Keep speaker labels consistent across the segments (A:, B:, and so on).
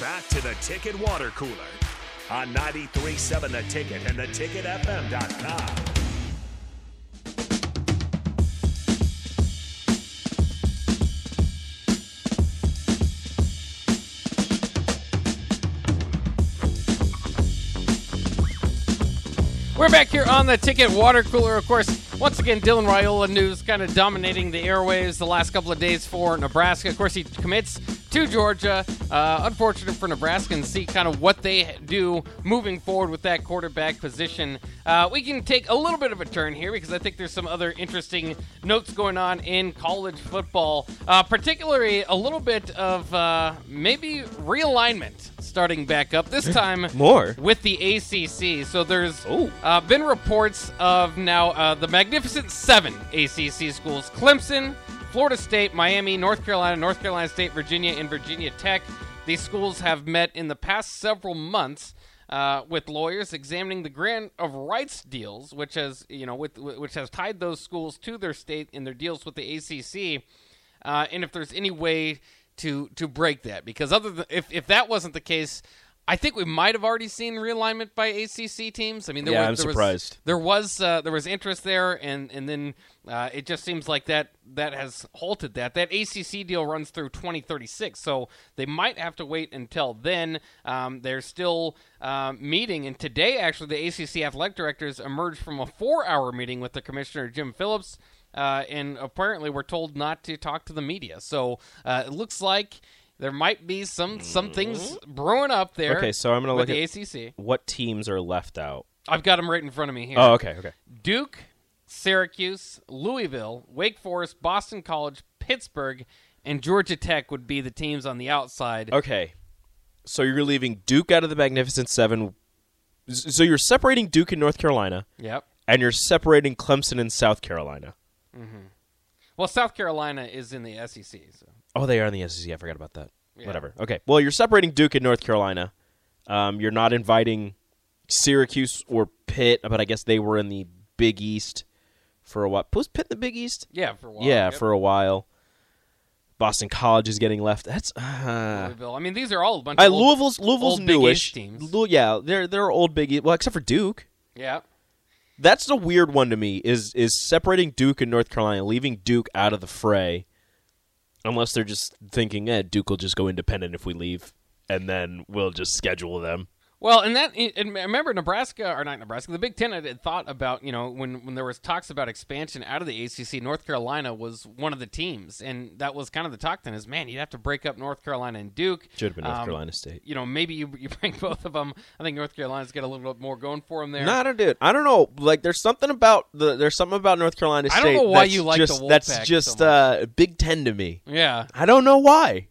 A: back to the Ticket Water Cooler on 93.7 The Ticket and theticketfm.com.
B: We're back here on the ticket water cooler. Of course, once again, Dylan Raiola news kind of dominating the airwaves the last couple of days for Nebraska. Of course, he commits to Georgia. Uh, unfortunate for Nebraska and see kind of what they do moving forward with that quarterback position. Uh, we can take a little bit of a turn here because I think there's some other interesting notes going on in college football, uh, particularly a little bit of uh, maybe realignment starting back up this time
C: Mm. More?
B: with the ACC. So there's
C: Ooh.
B: uh, been reports of now uh, the Magnificent Seven ACC schools: Clemson, Florida State, Miami, North Carolina, North Carolina State, Virginia, and Virginia Tech. These schools have met in the past several months. Uh, with lawyers examining the grant of rights deals, which has you know, with, which has tied those schools to their state in their deals with the ACC, uh, and if there's any way to to break that because other than if, if that wasn't the case I think we might have already seen realignment by ACC teams. I mean, there
C: Yeah,
B: were-
C: I'm
B: there
C: surprised.
B: Was, there was uh, there was interest there, and and then uh, it just seems like that that has halted that. That ACC deal runs through 2036, so they might have to wait until then. Um, they're still um, meeting, and today actually the ACC athletic directors emerged from a four-hour meeting with the commissioner Jim Phillips. Uh, and apparently, we're told not to talk to the media. So uh, it looks like there might be some some things brewing up there.
C: Mm-hmm. Okay, so I'm gonna
B: with
C: look at-
B: the ACC.
C: What teams are left out?
B: I've got them right in front of me here.
C: Oh, okay, okay.
B: Duke, Syracuse, Louisville, Wake Forest, Boston College, Pittsburgh, and Georgia Tech would be the teams on the outside.
C: Okay. So you're leaving Duke out of the Magnificent Seven. S- So you're separating Duke and North Carolina,
B: Yep.
C: and you're separating Clemson and South Carolina.
B: Well, South Carolina is in the SEC. So.
C: Oh, they are in the SEC. I forgot about that.
B: Yeah.
C: Whatever. Okay. Well, you're separating Duke and North Carolina. Um, you're not inviting Syracuse or Pitt, but I guess they were in the Big East for a while. Was Pitt in the Big East?
B: Yeah, for a while.
C: yeah,
B: Yep.
C: for a while. Boston College is getting left. That's uh,
B: Louisville. I mean, these are all a bunch
C: I
B: of old-
C: Louisville's Louisville's
B: old Big East
C: newish
B: teams.
C: Lou- yeah, they're they're old Big East. Well, except for Duke.
B: Yeah.
C: That's the weird one to me is is separating Duke and North Carolina, leaving Duke out of the fray, unless they're just thinking, eh, Duke will just go independent if we leave, and then we'll just schedule them.
B: Well, and that and remember Nebraska or not Nebraska, the Big Ten had- had thought about you know when when there was talks about expansion out of the ACC, North Carolina was one of the teams, and that was kind of the talk then is man, you'd have to break up North Carolina and Duke.
C: Should have been North
B: Um,
C: Carolina State.
B: You know, maybe you, you bring both of them. I think North Carolina's got a little bit more going for them there.
C: Not a dude. I don't know. Like, there's something about the there's something about North Carolina
B: I
C: State.
B: don't know why
C: that's
B: you like the
C: just, That's
B: Wolfpack
C: just
B: so
C: uh, Big Ten to me.
B: yeah,
C: I don't know why.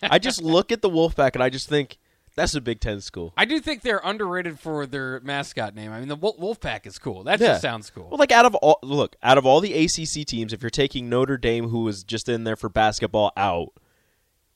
C: I just look at the Wolfpack and I just think that's a Big Ten school.
B: I do think they're underrated for their mascot name. I mean, the Wol- Wolfpack is cool. That
C: Yeah.
B: just sounds cool.
C: Well, like out of all look, out of all the ACC teams, if you're taking Notre Dame, who was just in there for basketball, out.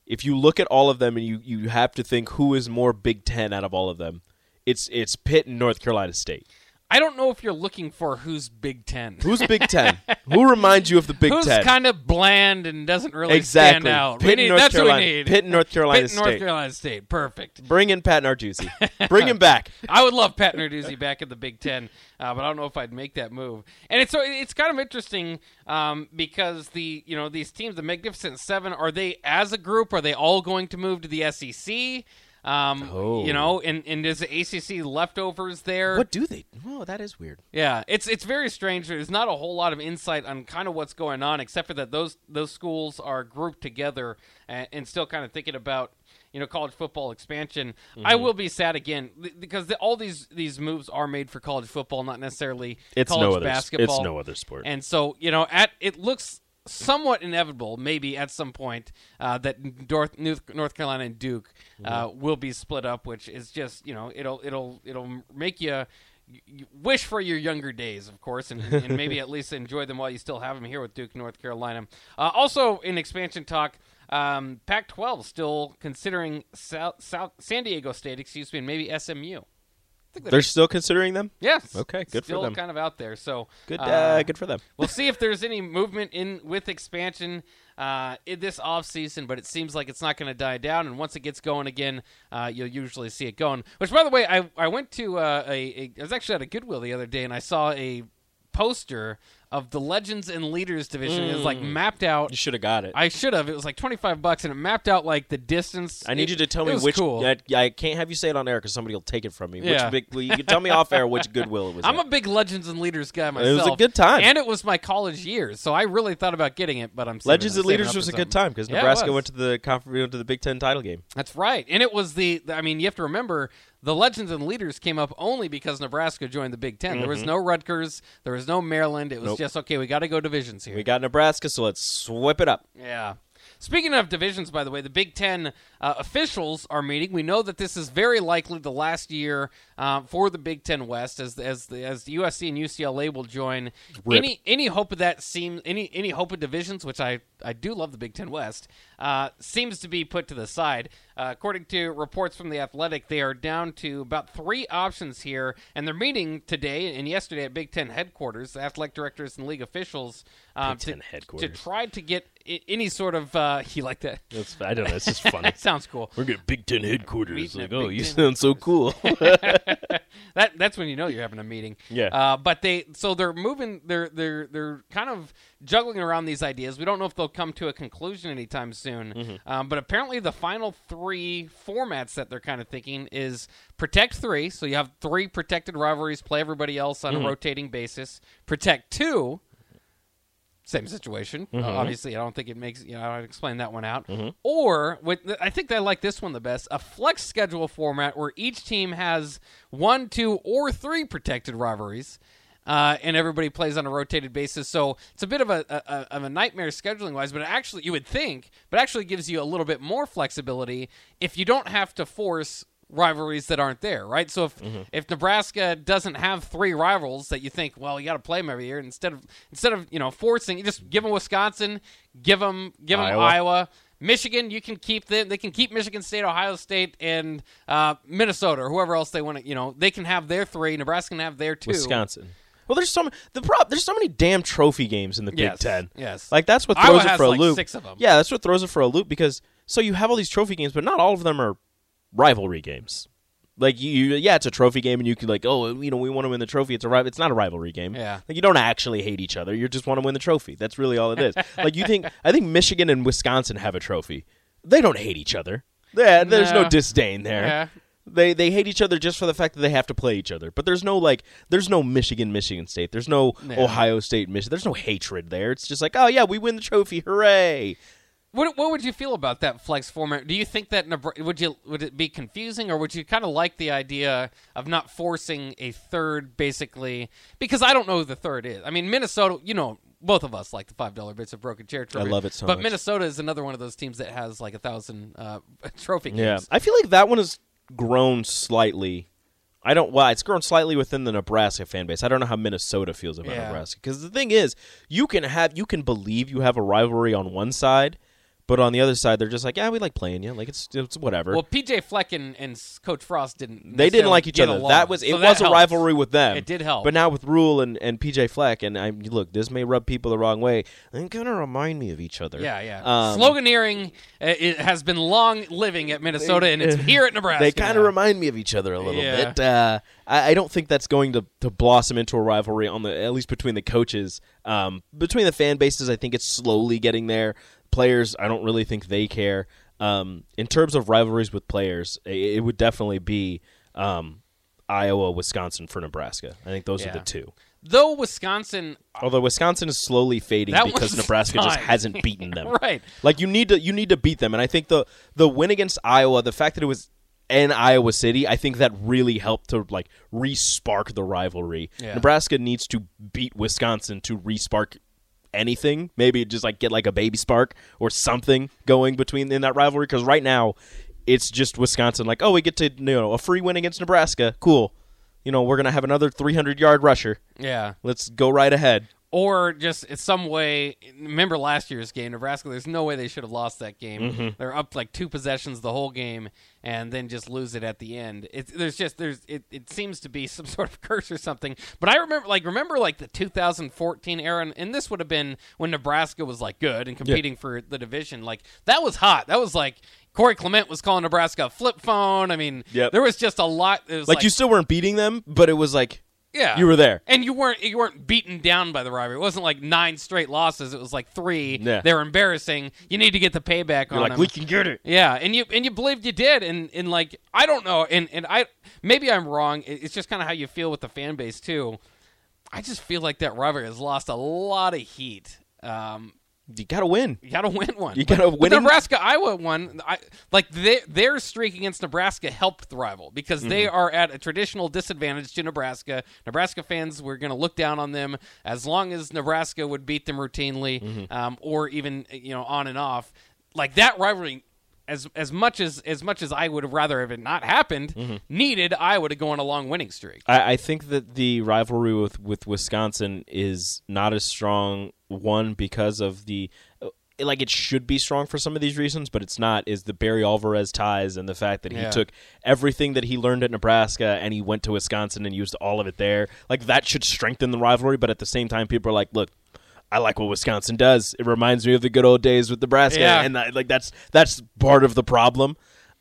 C: If you look at all of them and you you have to think who is more Big Ten out of all of them, it's it's Pitt and North Carolina State.
B: I don't know if you're looking for who's Big Ten.
C: Who's Big Ten? who reminds you of the Big
B: Who's
C: Ten?
B: kind of bland and doesn't really
C: exactly.
B: stand out?
C: Pitt
B: We
C: and
B: need-
C: North
B: that's
C: Carolina.
B: what we need.
C: Pitt and North Carolina
B: Pitt and
C: State.
B: North Carolina State. Perfect.
C: Bring in Pat Narduzzi. Bring him back.
B: I would love Pat Narduzzi back in the Big Ten, uh, but I don't know if I'd make that move. And it's so it's kind of interesting um, because the you know these teams, the Magnificent Seven, are they as a group? Are they all going to move to the SEC? Um,
C: Oh.
B: You know, and and is the ACC leftovers there?
C: What do they? Oh, that is weird.
B: Yeah, it's it's very strange. There's not a whole lot of insight on kind of what's going on, except for that those those schools are grouped together and, and still kind of thinking about you know college football expansion. I
C: Mm-hmm.
B: will be sad again th- because the, all these these moves are made for college football, not necessarily
C: It's
B: college
C: no other.
B: basketball.
C: It's no other sport.
B: And so, you know, at it looks somewhat inevitable, maybe at some point, uh, that North, North North Carolina and Duke uh,
C: Mm-hmm.
B: will be split up, which is just, you know, it'll it'll it'll make you. you Wish for your younger days, of course, and, and maybe at least enjoy them while you still have them here with Duke, North Carolina. Uh, also, in expansion talk, um, Pac-12 still considering South, South San Diego State, excuse me, and maybe SMU. think
C: They're still considering them.
B: yes.
C: Okay, good for
B: still
C: them.
B: kind of out there. So
C: Good, uh,
B: uh,
C: good for them.
B: we'll see if there's any movement in with expansion uh, in this offseason, but it seems like it's not going to die down. And once it gets going again, uh, you'll usually see it going. Which, by the way, I, I went to uh, a, a I was actually at a Goodwill the other day, and I saw a poster of the Legends and Leaders division. It was like
C: Mm.
B: mapped out.
C: You should have got it. I,
B: I should have. It was like twenty five bucks, and it mapped out like the distance.
C: need
B: It-
C: you to tell
B: it
C: me
B: was
C: which.
B: Cool.
C: I, I can't have you say it on air because somebody will take it from me.
B: Yeah.
C: Which big, well, you can tell me off air which Goodwill it was.
B: I'm a
C: at.
B: big Legends and Leaders guy
C: was a
B: myself.
C: good time.
B: and it was my college years, so I really thought about getting it, but I'm saving
C: Legends
B: it-
C: and
B: saving it
C: Leaders
B: up for
C: was a
B: something.
C: good time because
B: Yeah, it
C: Nebraska
B: was.
C: went to the conf- went to the Big Ten title game.
B: That's right, and it was the. I mean, you have to remember the Legends and Leaders came up only because Nebraska joined the Big 10 There was no Rutgers, there was no Maryland. It was
C: Mm-hmm. Nope.
B: just okay. We got to go divisions here.
C: We got Nebraska, so let's sweep it up.
B: Yeah. Speaking of divisions, by the way, the Big Ten uh, officials are meeting. We know that this is very likely the last year uh, for the Big Ten West, as as the, as the USC and UCLA will join.
C: Rip.
B: Any any hope of that seems any any hope of divisions, which I I do love the Big Ten West, uh, seems to be put to the side. Uh, according to reports from the Athletic, they are down to about three options here, and they're meeting today and yesterday at Big Ten headquarters. The athletic directors and league officials um,
C: Big Ten
B: to, to
C: headquarters.
B: tried to get i- any sort of uh you like that
C: That's, I don't know. It's just funny.
B: that sounds cool
C: We're getting Big Ten headquarters.
B: Meeting
C: Like,
B: at
C: oh,
B: Big
C: you
B: Ten
C: sound so cool.
B: that that's when you know you're having a meeting
C: Yeah.
B: uh but they so they're moving they're they're they're kind of juggling around these ideas we don't know if they'll come to a conclusion anytime soon um, but apparently the final three formats that they're kind of thinking is protect three so you have three protected rivalries play everybody else on a rotating basis protect two same situation. Uh, obviously, I don't think it makes. You know, I explained that one out. Or with, I think I like this one the best: a flex schedule format where each team has one, two, or three protected rivalries, uh, and everybody plays on a rotated basis. So it's a bit of a, a, a- of a nightmare scheduling wise, but it actually you would think, but actually gives you a little bit more flexibility if you don't have to force rivalries that aren't there, right? So if
C: Mm-hmm.
B: if Nebraska doesn't have three rivals that you think, well, you got to play them every year, instead of instead of you know forcing, you just give them Wisconsin, give them give them Iowa.
C: Iowa.
B: Michigan, you can keep them. They can keep Michigan State, Ohio State, and uh, Minnesota, or whoever else they want to. You know, they can have their three. Nebraska can have their two.
C: Wisconsin. Well, there's so many, the prop. There's so many damn trophy games in the Big
B: Yes,
C: Ten.
B: yes.
C: like that's what
B: Iowa
C: throws
B: has,
C: it for
B: like,
C: a loop.
B: six of 'em.
C: Yeah, that's what throws it for a loop because so you have all these trophy games, but not all of them are rivalry games. Like you, you- yeah, it's a trophy game, and you can like, oh, you know, we want to win the trophy. It's a rival. It's not a rivalry game.
B: Yeah.
C: like you don't actually hate each other. You just want to win the trophy. That's really all it is. like you think, I think Michigan and Wisconsin have a trophy. They don't hate each other. Yeah, there's
B: No.
C: no disdain there.
B: Yeah.
C: They they hate each other just for the fact that they have to play each other. But there's no like there's no Michigan Michigan State. There's no
B: No.
C: Ohio State Michigan. There's no hatred there. It's just like, "Oh yeah, we win the trophy. Hooray."
B: What, what would you feel about that flex format? Do you think that Nebra- would you would it be confusing, or would you kind of like the idea of not forcing a third, basically? Because I don't know who the third is. I mean, Minnesota. You know, both of us like the five dollar bits of broken chair trophy.
C: love it so
B: But
C: much.
B: Minnesota is another one of those teams that has like a thousand uh, trophy games.
C: I feel like that one has grown slightly. I don't well, it's grown slightly within the Nebraska fan base. I don't know how Minnesota feels about
B: Yeah.
C: Nebraska cuz the thing is, you can have you can believe you have a rivalry on one side, but on the other side they're just like, "Yeah, we like playing you." Like it's it's whatever.
B: Well, PJ Fleck and, and Coach Frost didn't.
C: they
B: necessarily
C: didn't like each
B: get
C: other.
B: along.
C: That was it
B: So that
C: was a
B: helps.
C: rivalry with them.
B: It did help.
C: But now with Rule and, and PJ Fleck and I look, this may rub people the wrong way. They kind of remind me of each other.
B: Yeah, yeah.
C: Um,
B: Sloganeering uh, it has been long living at Minnesota, and it's here at Nebraska.
C: They kind of
B: now.
C: remind me of each other a little
B: Yeah.
C: bit. Uh, I, I don't think that's going to, to blossom into a rivalry on the at least between the coaches, um, between the fan bases. I think it's slowly getting there. Players, I don't really think they care. Um, in terms of rivalries with players, it, it would definitely be um, Iowa, Wisconsin for Nebraska. I think those
B: Yeah.
C: are the two.
B: Though Wisconsin
C: Although Wisconsin is slowly fading
B: That was
C: because
B: the
C: Nebraska just
B: time.
C: hasn't beaten them.
B: Right.
C: Like you need to you need to beat them, and I think the the win against Iowa, the fact that it was in Iowa City, I think that really helped to like re-spark the rivalry.
B: Yeah.
C: Nebraska needs to beat Wisconsin to re-spark anything. Maybe just like get like a baby spark or something going between in that rivalry because right now it's just Wisconsin like, "Oh, we get to you know, a free win against Nebraska. Cool. You know, we're going to have another 300-yard rusher.
B: Yeah.
C: Let's go right ahead."
B: or just in some way. Remember last year's game, Nebraska. There's no way they should have lost that game.
C: Mm-hmm.
B: They're up like two possessions the whole game, and then just lose it at the end. It's there's just there's it, it seems to be some sort of curse or something. But I remember like remember like the 2014 era, and, and this would have been when Nebraska was like good and competing for the division. Like that was hot. That was like. Corey Clement was calling Nebraska a flip phone. I mean,
C: Yep.
B: there was just a lot. It was
C: Like, you still weren't beating them, but it was like
B: yeah,
C: you were there.
B: and you weren't you weren't beaten down by the rivalry. It wasn't like nine straight losses. It was like three.
C: Yeah.
B: They were embarrassing. You need to get the payback
C: You're
B: on
C: like,
B: them.
C: we can get it.
B: yeah, and you and you believed you did, and and like I don't know, and and I maybe I'm wrong. It- It's just kind of how you feel with the fan base too. I just feel like that rivalry has lost a lot of heat. Um,
C: You gotta win.
B: you gotta win one.
C: You gotta
B: Like,
C: win
B: the
C: it.
B: Nebraska Iowa one. I like their their streak against Nebraska helped the rival because they
C: Mm-hmm.
B: are at a traditional disadvantage to Nebraska. Nebraska fans were gonna look down on them as long as Nebraska would beat them routinely,
C: Mm-hmm.
B: um, or even you know on and off. Like that rivalry. As, as much as as much as I would have rather have it not happened,
C: Mm-hmm.
B: needed Iowa to go on a long winning streak.
C: I, I think that the rivalry with, with Wisconsin is not as strong one because of the uh, like it should be strong for some of these reasons, but it's not. Is the Barry Alvarez ties and the fact that he
B: Yeah.
C: took everything that he learned at Nebraska and he went to Wisconsin and used all of it there. Like that should strengthen the rivalry, but at the same time, people are like, look. I like what Wisconsin does. It reminds me of the good old days with Nebraska,
B: Yeah.
C: and I- like that's that's part of the problem.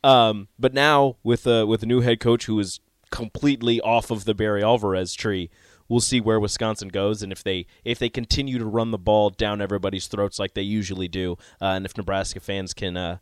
C: Um, but now with a with a new head coach who is completely off of the Barry Alvarez tree, we'll see where Wisconsin goes and if they if they continue to run the ball down everybody's throats like they usually do, uh, and if Nebraska fans can uh,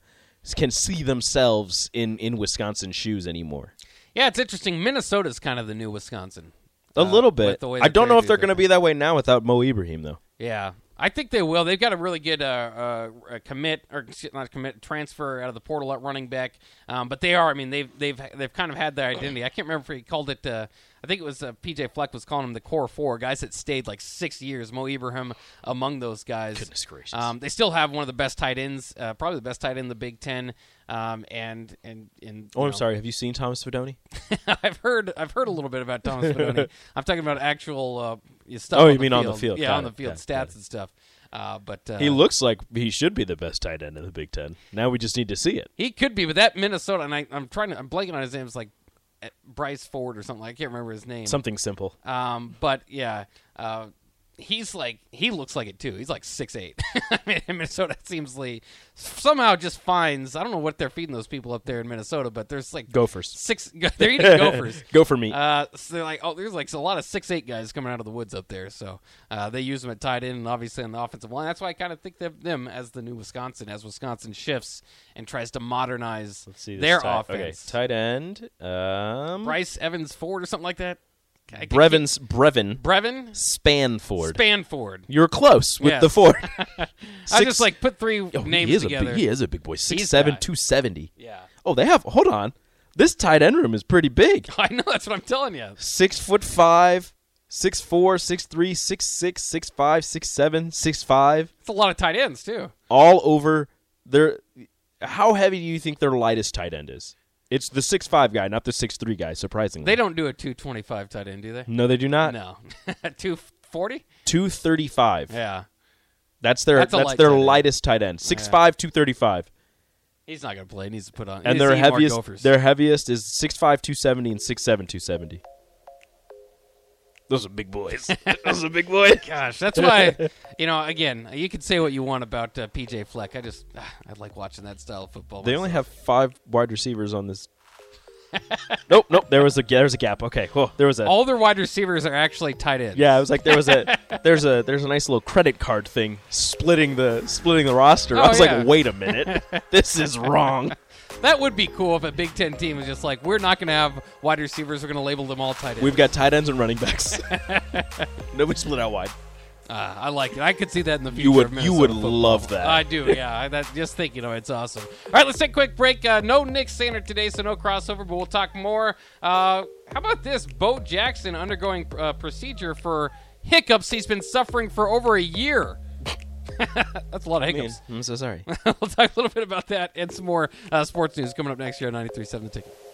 C: can see themselves in in Wisconsin shoes anymore.
B: Yeah, it's interesting. Minnesota's kind of the new Wisconsin.
C: A little bit.
B: Uh, with the way
C: I
B: that
C: don't
B: they
C: know if
B: do
C: they're going to
B: things.
C: be that way now without Mo Ibrahim though.
B: Yeah, I think they will. They've got a really good uh, uh, uh, commit or excuse- not commit transfer out of the portal at running back. Um, but they are. I mean, they've they've they've kind of had their identity. I can't remember if he called it. Uh, I think it was uh, PJ Fleck was calling them the core four guys that stayed like six years. Mo Ibrahim among those guys.
C: Goodness gracious.
B: Um, they still have one of the best tight ends, uh, probably the best tight end in the Big Ten. Um, and and and
C: Oh,
B: you
C: I'm
B: know,
C: sorry. Have you seen Thomas Fedoni?
B: I've heard I've heard a little bit about Thomas Fedoni. I'm talking about actual uh, stuff.
C: Oh,
B: on
C: you
B: the
C: mean
B: field.
C: on the field.
B: Yeah,
C: Got
B: on the
C: it,
B: field
C: got it, got
B: stats and stuff. Uh, but uh,
C: He looks like he should be the best tight end in the Big Ten. Now we just need to see it.
B: he could be, but that Minnesota and I, I'm trying to I'm blanking on his name. It's like uh, Bryce Ford or something. I can't remember his name.
C: Something simple.
B: Um, but yeah, uh, he's like he looks like it too. He's like six eight. I mean, Minnesota seems like somehow just finds. I don't know what they're feeding those people up there in Minnesota, but there's like
C: Gophers.
B: Six. They're eating gophers.
C: Go for me.
B: Uh, so they're like, oh, there's like a lot of six eight guys coming out of the woods up there. So uh, they use them at tight end and obviously on the offensive line. That's why I kind of think of them as the new Wisconsin, as Wisconsin shifts and tries to modernize
C: Let's see this
B: their
C: tight-
B: offense.
C: Okay, tight end. Um,
B: Bryce Evans Ford or something like that. I can't-
C: Brevin's Brevin
B: Brevin
C: Spanford.
B: Spanford.
C: you were close with
B: Yes.
C: the four.
B: I
C: Six-
B: just like put three
C: Oh,
B: names
C: he is
B: together.
C: A big, he is a big boy. Six
B: He's
C: seven,
B: got-
C: two seventy.
B: Yeah,
C: Oh, they have. Hold on, this tight end room is pretty big.
B: I know that's what I'm telling you.
C: Six foot five, six four, six three, six six, six five, six seven, six five.
B: It's a lot of tight ends too.
C: All over their. How heavy do you think their lightest tight end is? It's the six five guy, not the six three guy. Surprisingly,
B: They don't do a 225 tight end, do they?
C: No, they do not.
B: No, 240.
C: Two thirty five.
B: Yeah,
C: That's their
B: That's
C: that's,
B: a light
C: their
B: tight end.
C: lightest tight end. 6'5", 235.
B: he's not gonna play. He needs to put on. he
C: And
B: needs to
C: their
B: eat more
C: heaviest
B: Gophers.
C: their heaviest is 6'5", 270 and 6'7", 270. Those are big boys. Those are big boys.
B: Gosh, that's why you know. Again, you can say what you want about uh, PJ Fleck. I just ah, I like watching that style of football.
C: They only have five wide receivers on this. nope, nope. There was a there's a gap. Okay, whoa, there was a.
B: all their wide receivers are actually tight ends.
C: yeah, it was like there was a there's a there's a nice little credit card thing splitting the splitting the roster. I
B: Oh,
C: was
B: yeah.
C: like, wait a minute, this is wrong.
B: that would be cool if a Big Ten team was just like, we're not gonna have wide receivers. We're gonna label them all tight ends.
C: We've got tight ends and running backs. Nobody split out wide.
B: Ah, I like it. I could see that in the future.
C: You
B: of
C: would you
B: Minnesota
C: would
B: football.
C: love that.
B: I do, yeah. I- That, just thinking of it's awesome. All right, let's take a quick break. Uh, no Nick Sander today, so no crossover, but we'll talk more. Uh, how about this? Bo Jackson undergoing uh, procedure for hiccups he's been suffering for over a year. That's a lot of
C: Man,
B: hiccups.
C: I'm so sorry.
B: we'll talk a little bit about that and some more uh, sports news coming up next year on 93.7 The Ticket.